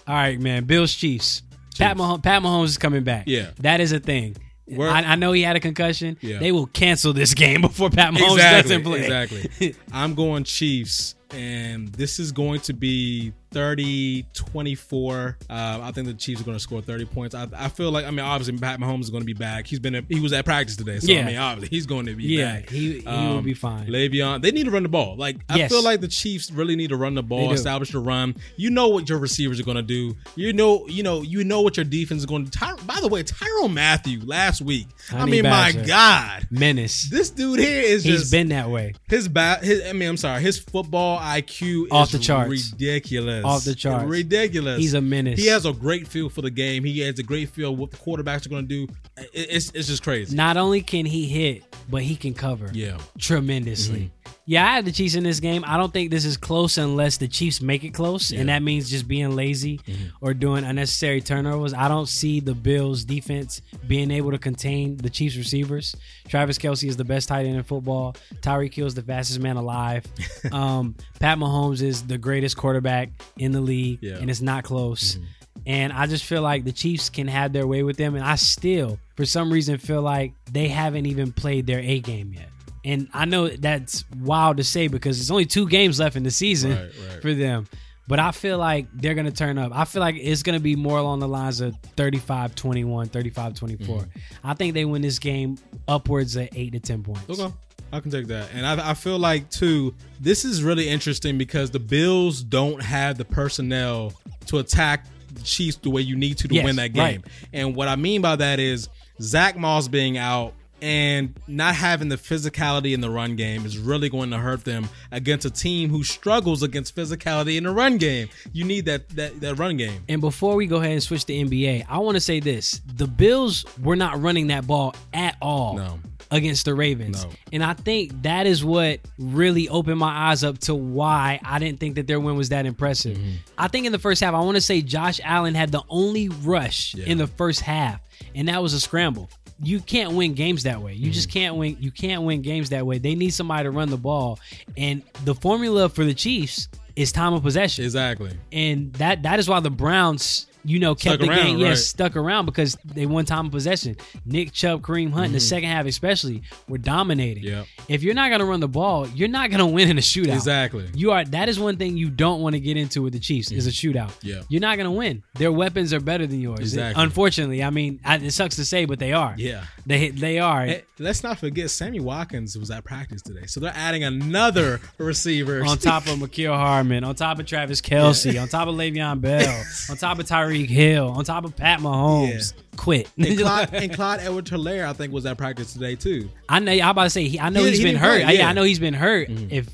All right, man. Bills Chiefs. Pat Mahomes, Pat Mahomes is coming back. Yeah. that is a thing. We're- I, I know he had a concussion. Yeah. They will cancel this game [laughs] before Pat Mahomes doesn't play. [laughs] Exactly. I'm going Chiefs, and this is going to be 30 24. Uh, I think the Chiefs are going to score 30 points. I, I feel like, I mean, obviously, Pat Mahomes is going to be back. He's been, he was at practice today. So, I Yeah. mean, obviously, he's going to be Yeah, back. Um, he- he will be fine. Le'Veon, they need to run the ball. Like, I Yes. feel like the Chiefs really need to run the They ball, do. establish the run. You know what your receivers are going to do. You know, you know, you know what your defense is going to do. Ty- By the way, Tyrone Matthew last week. I, Honey mean, my badger. God. Menace. This dude here is He's just been that way. his bat. His, I mean, I'm sorry. His football IQ is Off the charts. ridiculous. Off the charts. ridiculous. He's a menace. He has a great feel for the game. He has a great feel what the quarterbacks are going to do. It- It's it's just crazy. Not only can he hit, but he can cover. yeah, tremendously. Yeah, I had the Chiefs in this game. I don't think this is close unless the Chiefs make it close, and that means just being lazy or doing unnecessary turnovers. I don't see the Bills' defense being able to contain the Chiefs' receivers. Travis Kelsey is the best tight end in football. Tyreek Hill is the fastest man alive. um, Pat Mahomes is the greatest quarterback in the league, Yeah. and it's not close. Mm-hmm. And I just feel like the Chiefs can have their way with them. And I still, for some reason, feel like they haven't even played their A game yet. And I know that's wild to say because it's only two games left in the season Right, right. for them. But I feel like they're going to turn up. I feel like it's going to be more along the lines of 35 21, 35 24. I think they win this game upwards of 8 to 10 points. Mm-hmm. okay. I can take that. And I, I feel like too, this is really interesting because the Bills don't have the personnel to attack the Chiefs the way you need to to Yes, win that right. game. And what I mean by that is Zach Moss being out and not having the physicality in the run game is really going to hurt them against a team who struggles against physicality in the run game. You need that that, that run game. And before we go ahead and switch to NBA, I want to say this: the Bills were not running that ball at all No. against the Ravens, No. and I think that is what really opened my eyes up to why I didn't think that their win was that impressive. Mm-hmm. I think in the first half, I want to say Josh Allen had the only rush in the first half, and that was a scramble. You can't win games that way. You just Mm-hmm. can't win. You can't win games that way. They need somebody to run the ball, and the formula for the Chiefs is time of possession Exactly. and that that is why the Browns, you know, kept Stuck the around, game. Yes, right. stuck around because they won time of possession. Nick Chubb, Kareem Hunt, in the second half especially, were dominating. Mm-hmm. Yep. If you're not going to run the ball, you're not going to win in a shootout. Exactly. You are. That is one thing you don't want to get into with the Chiefs is a shootout. Mm-hmm. Yeah. You're not going to win. Their weapons are better than yours. Exactly. Unfortunately, I mean, I, it sucks to say, but they are. Yeah. They they are. Hey, Eh, let's not forget Sammy Watkins was at practice today. So they're [laughs] adding another receiver on top of Makil Harmon, on top of Travis Kelsey, on top of Le'Veon [laughs] Bell, on top of Tyreek Hill, on top of Pat Mahomes. Quit. [laughs] [laughs] And Clyde, and Clyde Edward Hilaire, I think, was at practice today too. I know. I'm about to say. He, I know He- he's he been didn't hurt. play, yeah, yeah. Mm-hmm. I know he's been hurt. If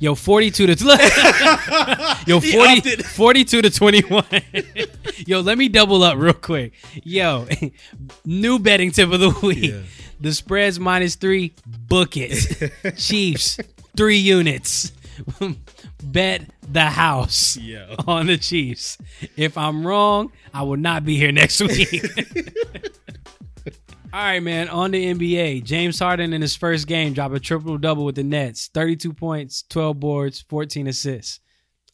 yo 42 to look, [laughs] [laughs] yo 40, 42 to 21. [laughs] yo, let me double up real quick. Yo, [laughs] new betting tip of the [laughs] week. Yeah. The spreads minus three. Book it. [laughs] Chiefs three units. [laughs] Bet the house Yeah. [laughs] on the Chiefs. If I'm wrong, I will not be here next week. [laughs] All right, man. On the NBA, James Harden in his first game dropped a triple double with the Nets: thirty-two points, twelve boards, fourteen assists.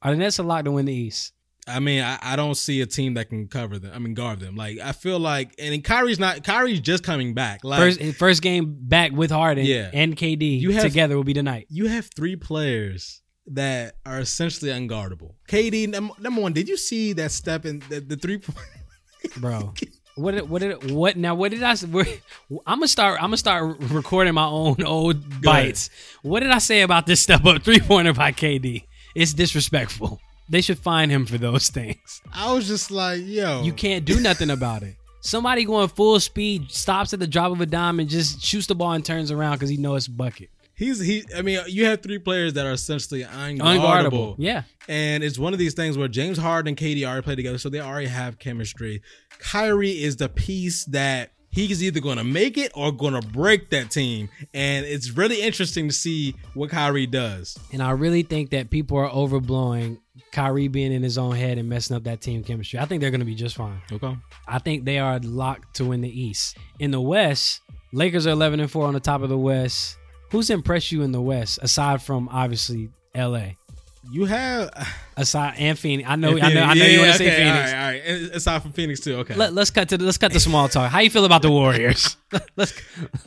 Are the Nets a lock to win the East? I mean, I, I don't see a team that can cover them. I mean, guard them. Like I feel like, and Kyrie's not. Kyrie's just coming back. Like First, first game back with Harden Yeah. and KD You have- together will be tonight. you have three players that are essentially unguardable. KD, num- number one. Did you see that step in the, the three [laughs] point? bro. What did, what did what now? What did I? s- where- I'm gonna start. I'm gonna start recording my own old bites. What did I say about this step up three pointer by KD? It's disrespectful. They should fine him for those things. I was just like, yo, You can't do nothing about it. Somebody going full speed stops at the drop of a dime and just shoots the ball and turns around because he knows it's bucket. He's he. I mean, you have three players that are essentially unguardable. Unguardable. Yeah. And it's one of these things where James Harden and Katie already play together, so they already have chemistry. Kyrie is the piece that he's either going to make it or going to break that team. And it's really interesting to see what Kyrie does. And I really think that people are overblowing Kyrie being in his own head and messing up that team chemistry. I think they're going to be just fine. Okay. I think they are locked to win the East. In the West, Lakers are 11 and 4 on the top of the West. Who's impressed you in the West aside from obviously LA? You have. Aside and Phoenix. I know Phoenix. Oh, I know I know you Yeah, want to okay, say Phoenix. All right, all right. And Aside from Phoenix too. Okay. Let, us cut to the, let's cut the small talk. How you feel about the [laughs] Warriors? let's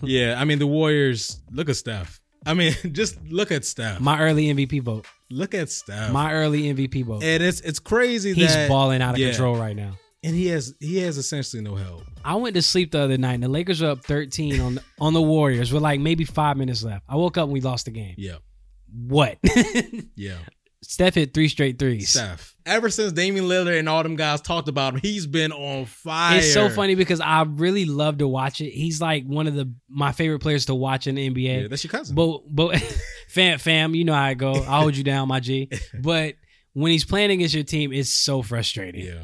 yeah. I mean, the Warriors. Look at Steph. I mean, [laughs] just look at Steph. my early MVP vote. look at Steph. My early MVP vote. and it's it's crazy He's that balling out of yeah. control right now. and he has he has essentially no help. I went to sleep the other night and the Lakers were up 13 on the, on the Warriors with like maybe five minutes left. I woke up and we lost the game. Yeah. What? [laughs] Yeah. Steph hit three straight threes. Steph. Ever since Damian Lillard and all them guys talked about him, he's been on fire. It's so funny because I really love to watch it. He's like one of the my favorite players to watch in the NBA. Yeah, that's your cousin. But but [laughs] fam fam, you know how I go. I'll hold you down, my [laughs] G. But when he's playing against your team, it's so frustrating. yeah.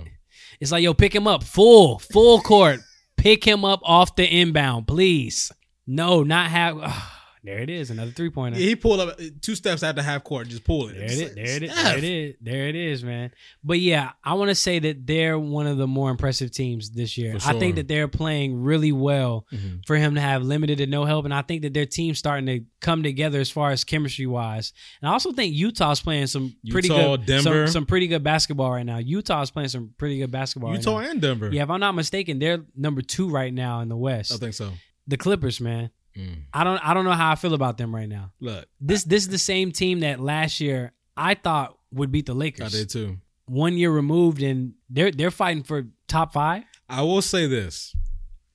It's like, yo, pick him up full, full court. Pick him up off the inbound, please. No, not have [sighs] there it is, another three pointer. He pulled up two steps out the half court, just pull it. There it It's is. like, There it is. Steph. There it is. There it is, man. But yeah, I want to say that they're one of the more impressive teams this year. For I sure. think that they're playing really well Mhm. for him to have limited to no help, and I think that their team's starting to come together as far as chemistry wise. And I also think Utah's playing some pretty Utah, good, Denver. Some, some pretty good basketball right now. Utah's playing some pretty good basketball. Utah right and Denver. now. yeah. If I'm not mistaken, they're number two right now in the I West. think so. The Clippers, man. Mm. I don't. I don't know how I feel about them right now. Look, This this is the same team that last year I thought would beat the I Lakers. did too. One year removed, and they're they're fighting for top five. I will say this: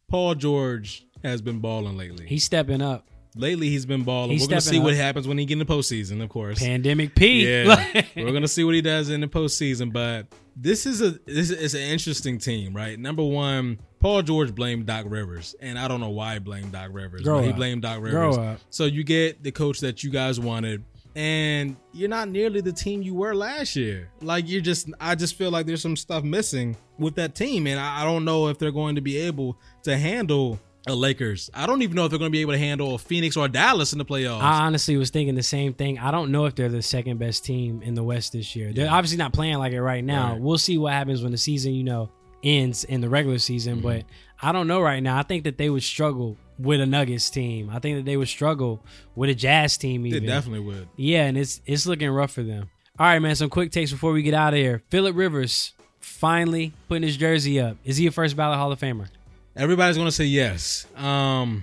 Paul George has been balling lately. He's stepping up. lately, he's been balling. He's We're gonna see stepping what up. happens when he get in the postseason, of course. Pandemic [laughs] P. Yeah, we're gonna see what he does in the postseason. But this is a this is an interesting team, right? Number one, Paul George blamed Doc Rivers, and I don't know why he blamed Doc Rivers. Grow but He up. blamed Doc grow Rivers. up. So you get the coach that you guys wanted, and you're not nearly the team you were last year. Like you're just, I just feel like there's some stuff missing with that team, and I, I don't know if they're going to be able to handle. A Lakers. I don't even know if they're going to be able to handle a Phoenix or a Dallas in the playoffs. I honestly was thinking the same thing. I don't know if they're the second best team in the West this year. They're Yeah. obviously not playing like it right now. Right. We'll see what happens when the season, you know, ends in the regular season. Mm-hmm. But I don't know right now. I think that they would struggle with a Nuggets team. I think that they would struggle with a Jazz team. they Even definitely would. Yeah, and it's it's looking rough for them. All right, man. Some quick takes before we get out of here. Philip Rivers finally putting his jersey up. Is he a first ballot Hall of Famer? Everybody's gonna say yes. Um,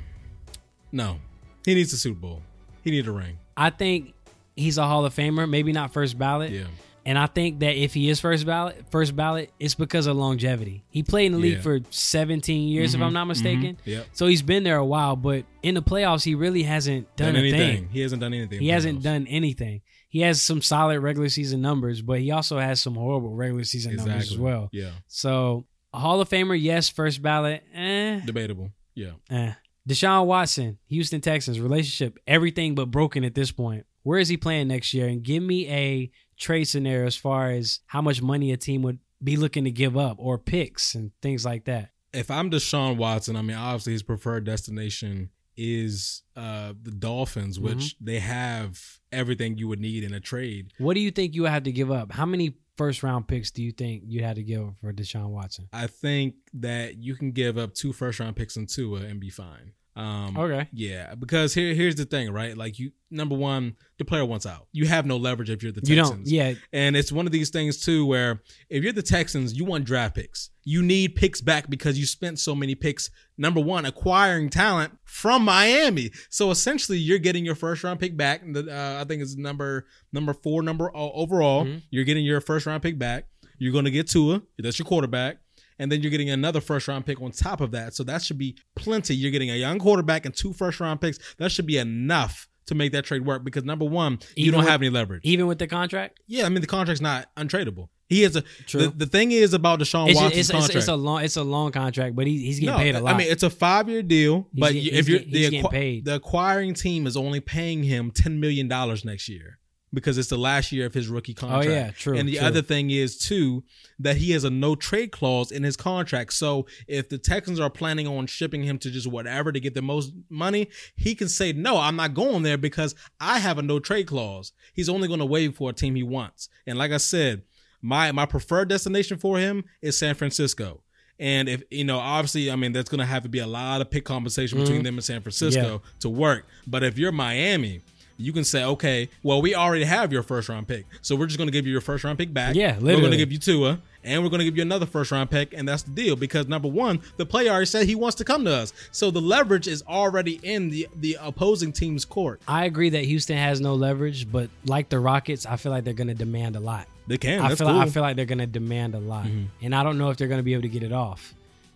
no, he needs a Super Bowl. He needs a ring. I think he's a Hall of Famer. Maybe not first ballot. Yeah, And I think that if he is first ballot, first ballot, it's because of longevity. He played in the league Yeah. Mm-hmm. for 17 years, if I'm not mistaken. Yep. So he's been there a while, but in the playoffs, he really hasn't done, done a anything? thing. He hasn't done anything. He in hasn't playoffs. done anything. He has some solid regular season numbers, but he also has some horrible regular season numbers as well. Yeah, So Hall of Famer, yes. First ballot, eh, debatable. Yeah, eh. Deshaun Watson, Houston Texans, relationship, everything but broken at this point. Where is he playing next year? And give me a trade scenario as far as how much money a team would be looking to give up or picks and things like that. if I'm Deshaun Watson, I mean, obviously his preferred destination is uh the Dolphins, Mm-hmm. which they have everything you would need in a trade. What do you think you would have to give up? How many first round picks do you think you'd have to give up for Deshaun Watson? I think that you can give up two first round picks and Tua and be fine. Um, Okay. Yeah, because here here's the thing, right? Like you, number one, the player wants out. You have no leverage if you're the You don't, Texans. yeah. And it's one of these things too, where if you're the Texans, you want draft picks. You need picks back because you spent so many picks. Number one, acquiring talent from Miami. So essentially, you're getting your first round pick back. The, uh, I think it's number number four, number o- overall. Mhm. You're getting your first round pick back. You're going to get Tua. That's your quarterback. And then you're getting another first round pick on top of that. So that should be plenty. You're getting a young quarterback and two first round picks. That should be enough to make that trade work because number one, you Even don't with- have any leverage. Even with the contract? Yeah, I mean the contract's not untradeable. He is a True. the, the thing is about Deshaun It's, Watson's it's, it's, contract. it's a long it's a long contract, but he, he's getting paid a lot. I mean it's a five year deal, He's but get- you- he's if you're get- he's the, getting paid. the acquiring team is only paying him ten million dollars next year because it's the last year of his rookie oh contract. yeah, true. And the true. other thing is too that he has a no trade clause in his contract. So if the Texans are planning on shipping him to just whatever to get the most money, he can say no, I'm not going there because I have a no trade clause. He's only going to waive for a team he wants. And like I said, My my preferred destination for him is San Francisco. And if you know, obviously, I mean, that's going to have to be a lot of pick compensation between them and San Francisco to work. But if you're Miami, you can say, okay, well, we already have your first round pick, so we're just going to give you your first round pick back. Yeah, we're going to literally. give you Tua, and we're going to give you another first round pick, and that's the deal. Because number one, the player already said he wants to come to us, so the leverage is already in the the opposing team's court. I agree that Houston has no leverage, but like the Rockets, I feel like they're going to demand a lot. They can. I that's feel cool. Mm-hmm. like, I feel like they're going to demand a lot, and I don't know if they're going to be able to get it off,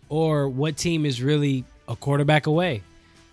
or what team is really a quarterback away,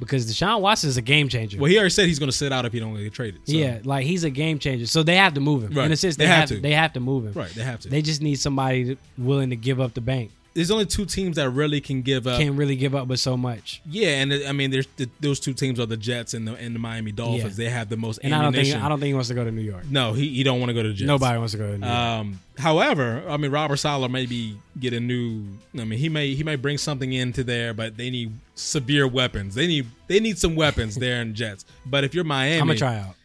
because Deshaun Watson is a game changer. well, he already said he's going to sit out if he don't get traded. So. Yeah, like he's a game changer, so they have to move him. Right. In a sense, They they, have have, to. they have to move him. right. They have to. They just need somebody to- willing to give up the bank. There's only two teams that really can give up. Can't really give up but so much. Yeah, and it- I mean, there's the, those two teams are the Jets and the and the Miami Dolphins. They have the most And I don't ammunition. think I don't think he wants to go to New York. No, he, he don't want to go to the Jets. Nobody wants to go to New York. Um, however, I mean, Robert Sala maybe get a new. I mean, he may he may bring something into there, but they need severe weapons. They need they need some weapons there in Jets. But if you're Miami, I'm gonna try out.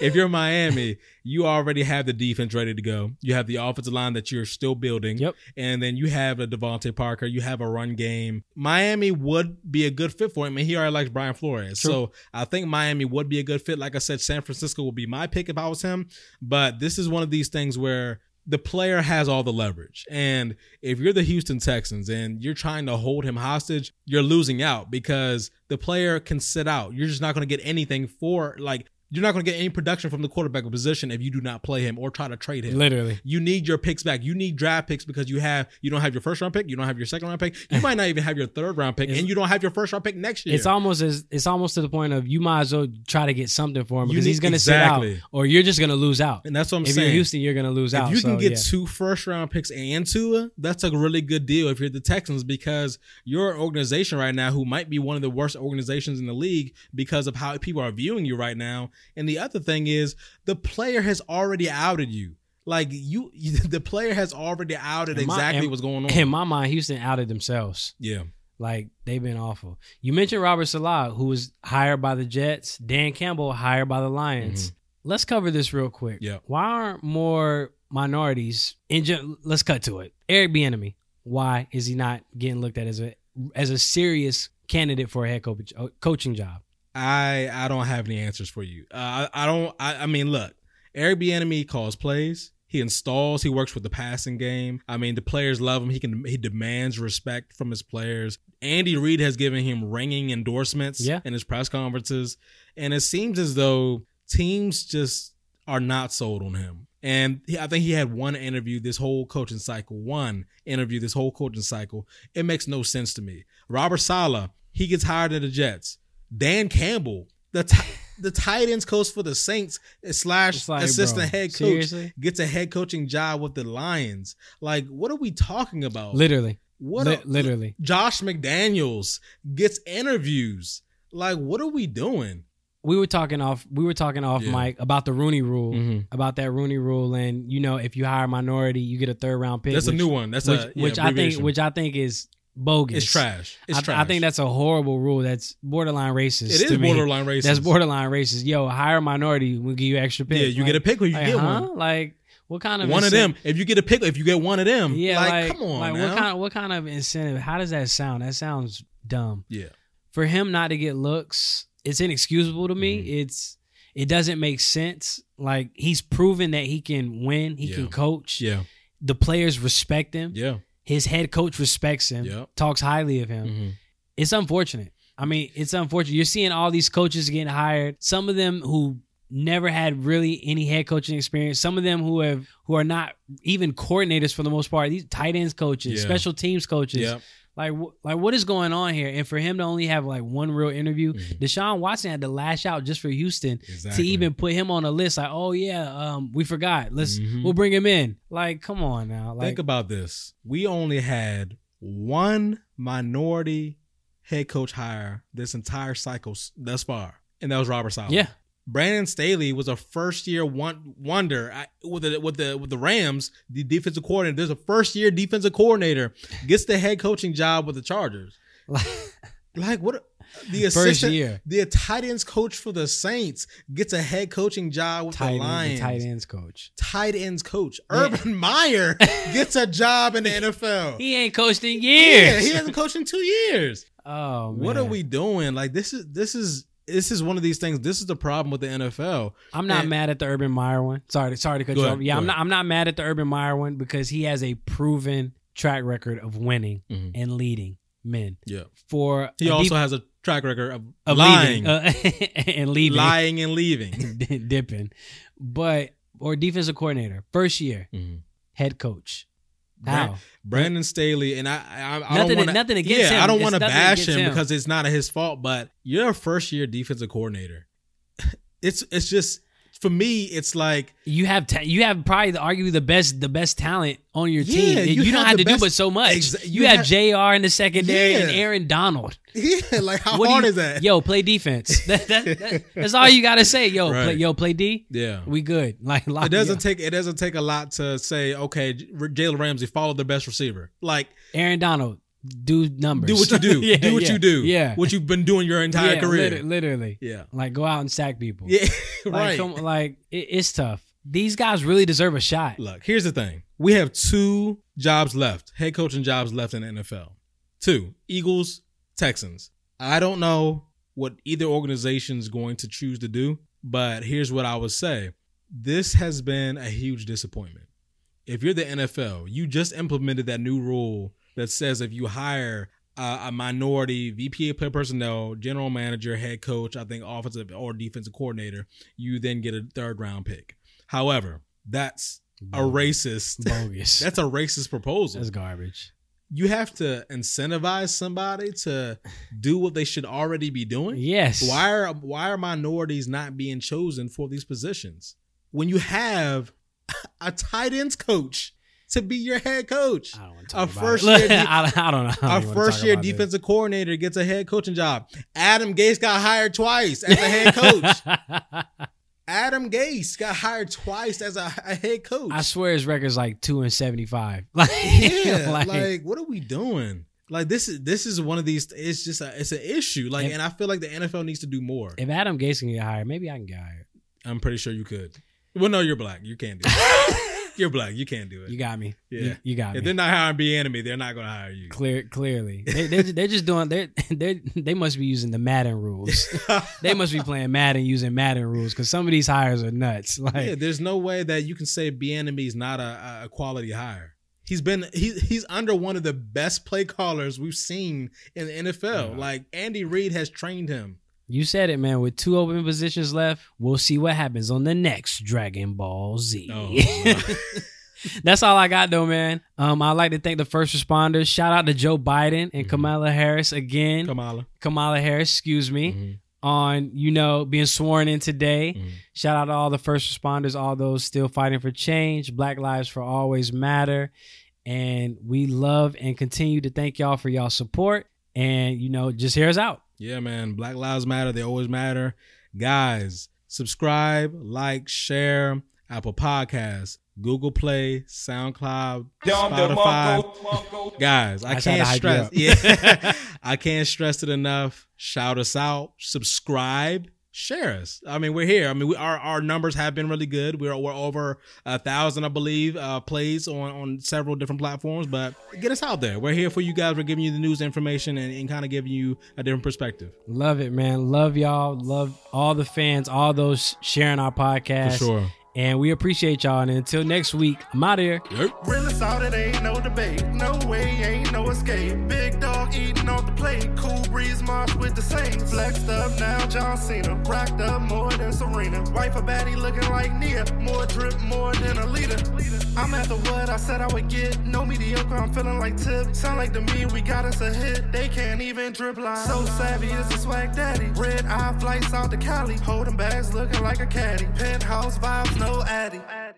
if you're Miami, you already have the defense ready to go. You have the offensive line that you're still building. Yep. And then you have a Devontae Parker. You have a run game. Miami would be a good fit for him. And he already likes Brian Flores. True. So I think Miami would be a good fit. Like I said, San Francisco would be my pick if I was him. But this is one of these things where the player has all the leverage. And if you're the Houston Texans and you're trying to hold him hostage, you're losing out because the player can sit out. You're just not going to get anything for, like, you're not going to get any production from the quarterback position if you do not play him or try to trade him. Literally. You need your picks back. You need draft picks because you have you don't have your first round pick, you don't have your second round pick, you might not even have your third round pick, It's- and you don't have your first round pick next year. It's almost as it's almost to the point of you might as well try to get something for him You because need- he's gonna exactly. sit out or you're just gonna lose out. and that's what I'm if saying. you're Houston, you're gonna lose out. if you can so, get yeah. [clears throat] two first round picks and Tua, that's a really good deal if you're the Texans because your organization right now, who might be one of the worst organizations in the league because of how people are viewing you right now. And the other thing is the player has already outed you. Like you, [laughs] the player has already outed In my- exactly in- what's going on. in my mind, Houston outed themselves. yeah, Like they've been awful. You mentioned Robert Salah, who was hired by the Jets. Dan Campbell hired by the Lions. Let's cover this real quick. Mm-hmm. Yeah. Why aren't more minorities in? gen- Let's cut to it. Eric Bieniemy. Why is he not getting looked at as a as a serious candidate for a head coach, coaching job? I I don't have any answers for you. Uh, I, I don't. I, I mean, look, Eric Bieniemy calls plays. He installs. He works with the passing game. I mean, the players love him. He can. He demands respect from his players. Andy Reid has given him ringing endorsements Yeah. in his press conferences, and it seems as though teams just are not sold on him. And he, I think he had one interview this whole coaching cycle. One interview this whole coaching cycle. It makes no sense to me. Robert Sala, he gets hired at the Jets. Dan Campbell, the t- the tight ends coach for the Saints slash It's like, assistant bro, head coach, seriously? gets a head coaching job with the Lions. Like, what are we talking about? Literally, what Li- a- literally. Josh McDaniels gets interviews. Like, what are we doing? we were talking off we were talking off Yeah. Mike about the Rooney rule Mhm. about that Rooney rule and you know if you hire a minority you get a third round pick That's which, a new one. That's which, a yeah, which I think abbreviation. which I think is bogus it's trash. It's I, trash. I think that's a horrible rule that's borderline racist it is to me. borderline racist. that's borderline racist yo hire a minority we'll give you extra picks Yeah, you get a pick when you like, get huh? one. like what kind of One of incentive- them. If you get a pick, if you get one of them, yeah like, come on, like now. what kind of, what kind of incentive how does that sound that sounds dumb yeah. for him not to get looks, it's inexcusable to me. Mm-hmm. It's it doesn't make sense. Like he's proven that he can win, he can Yeah. coach. Yeah. The players respect him. Yeah. His head coach respects him. Yep. Talks highly of him. Mhm. It's unfortunate. I mean, it's unfortunate. You're seeing all these coaches getting hired. Some of them who never had really any head coaching experience. Some of them who have who are not even coordinators for the most part. These tight ends coaches, Yeah. special teams coaches. Yep. Like, wh- like what is going on here? And for him to only have like one real interview, Mhm. Deshaun Watson had to lash out just for Houston Exactly. to even put him on a list. Like, oh yeah, um, we forgot. Let's Mhm. we'll bring him in. Like, come on now. Like, Think about this. We only had one minority head coach hire this entire cycle s- thus far, and that was Robert Sala. yeah, Brandon Staley was a first year one wonder I, with the with the with the Rams, the defensive coordinator. There's a first year defensive coordinator gets the head coaching job with the Chargers. Like, Like what? the [laughs] first assistant, year. the tight ends coach for the Saints gets a head coaching job with Tight the end, the Lions. tight ends coach. tight ends coach Urban [laughs] Meyer gets a job in the NFL. He ain't coached in Oh. yeah, years. he hasn't coached in two years. [laughs] Oh, man. What are we doing? Like this is this is this is one of these things. This is the problem with the NFL. I'm not And- mad at the Urban Meyer one. Sorry, sorry to cut Go you ahead, off. Yeah, go I'm ahead. not. I'm not mad at the Urban Meyer one because he has a proven track record of winning Mhm. and leading men. Yeah. For He a also deep- has a track record of, of lying, leaving uh, [laughs] and leaving, lying [laughs] and leaving. dipping, but or defensive coordinator first year head coach. How? Brandon Staley and I, I, I Nothing- don't wanna, nothing against yeah, him. I don't It's want to nothing bash against him, him. because it's not his fault. But you're a first year defensive coordinator. [laughs] It's it's just for me. It's like [laughs] You have ta- you have probably the, arguably the best the best talent on your Yeah, team. You, you don't have have the to best- do but so much. Exa- you, you have have- Jr. in the secondary and Yeah. Aaron Donald. yeah, like how What do hard you- is that? Yo, play [laughs] defense. That- that- that- that's all you gotta say. Yo, play, Right. yo, play D. Yeah. We good. [laughs] Like lock, It doesn't yo. take it doesn't take a lot to say okay, J- Jalen Ramsey follow the best receiver. Like Aaron Donald. Do numbers. do what you do, [laughs] Yeah, do what yeah, you do, Yeah, what you've been doing your entire Yeah, career. liter- literally. Yeah, [laughs] Like go out and sack people. yeah, [laughs] Like, right. come- like it, it's tough. These guys really deserve a shot. Look, here's the thing: we have two jobs left, head coaching jobs left in the NFL. Two Eagles, Texans. I don't know what either organization's going to choose to do, but here's what I would say: this has been a huge disappointment. If you're the NFL, you just implemented that new rule that says if you hire uh, a minority VP of player personnel, general manager, head coach, I think offensive or defensive coordinator, you then get a third round pick. However, that's a [laughs] racist. Bogus. That's a racist That's proposal. garbage. You have to incentivize somebody to do what they should already be doing. Yes. Why are why are minorities not being chosen for these positions when you have [laughs] a tight ends coach to be your head coach? I don't want to A talk about first it. year def- [laughs] I, I don't know. I don't Our even wanna first talk year about this. defensive coordinator gets a head coaching job. Adam Gase got hired twice as a [laughs] head coach. Adam Gase got hired twice as a, a head coach. I swear his record's like two and seventy five. [laughs] Like, yeah, [laughs] like, like, what are we doing? Like this is this is one of these. It's just a it's an issue. Like, If- and I feel like the NFL needs to do more. if Adam Gase can get hired, maybe I can get hired. I'm pretty sure you could. Well, no, you're black. You can't [laughs] do it. you're black. You can't do it. You got me. Yeah. You, you got if me. they're not hiring B enemy, they're not going to hire you. Clear, clearly, they, they're, ju- they're [laughs] just doing. They they they must be using the Madden [laughs] rules. they must be playing Madden using Madden rules because some of these hires are nuts. [laughs] Like, yeah, there's no way that you can say B enemy is not a, a- a quality hire. He's been he, he's under one of the best play callers we've seen in the NFL. Yeah. Like Andy Reid has [laughs] trained him. You said it, man. With two open positions left, we'll see what happens on the next Dragon Ball Z. Oh, no. [laughs] That's all I got, though, man. Um, I'd like to thank the first responders. Shout out to Joe Biden and Mhm. Kamala Harris again. Kamala. Mm-hmm, Kamala Harris, excuse me, on you know being sworn in today. Mhm. Shout out to all the first responders, all those still fighting for change. Black lives for always matter, and we love and continue to thank y'all for y'all support. And you know, just hear us out. Yeah, man. Black Lives Matter. They always matter. Guys, subscribe, like, share. Apple Podcasts, Google Play, SoundCloud, Spotify. Guys, I I tried to can't hype you stress. up. Yeah, [laughs] I can't stress it enough. Shout us out, subscribe, share us. I mean, we're here. I mean, we our our numbers have been really good. We're we're over a thousand, I believe, uh, plays on on several different platforms. But get us out there. We're here for you guys. We're giving you the news information and, and kind of giving you a different perspective. Love it, man. Love y'all. Love all the fans, all those sharing our podcast. And we appreciate y'all. And until next week, I'm out of here. Yep. Really solid, ain't no debate. No way, ain't no escape. Big dog eating off the plate. Cool breeze march with the Saints. Flexed up now, John Cena. Rocked up more than Serena. Wife a baddie looking like Nia. More drip, more than a leader. I'm at the what I said I would get. No mediocre, I'm feeling like Tip. Sound like to me, we got us a hit. They can't even drip line. So savvy is the swag daddy. Red eye flights out to Cali. Holding bags looking like a caddy. Penthouse vibes, no addy.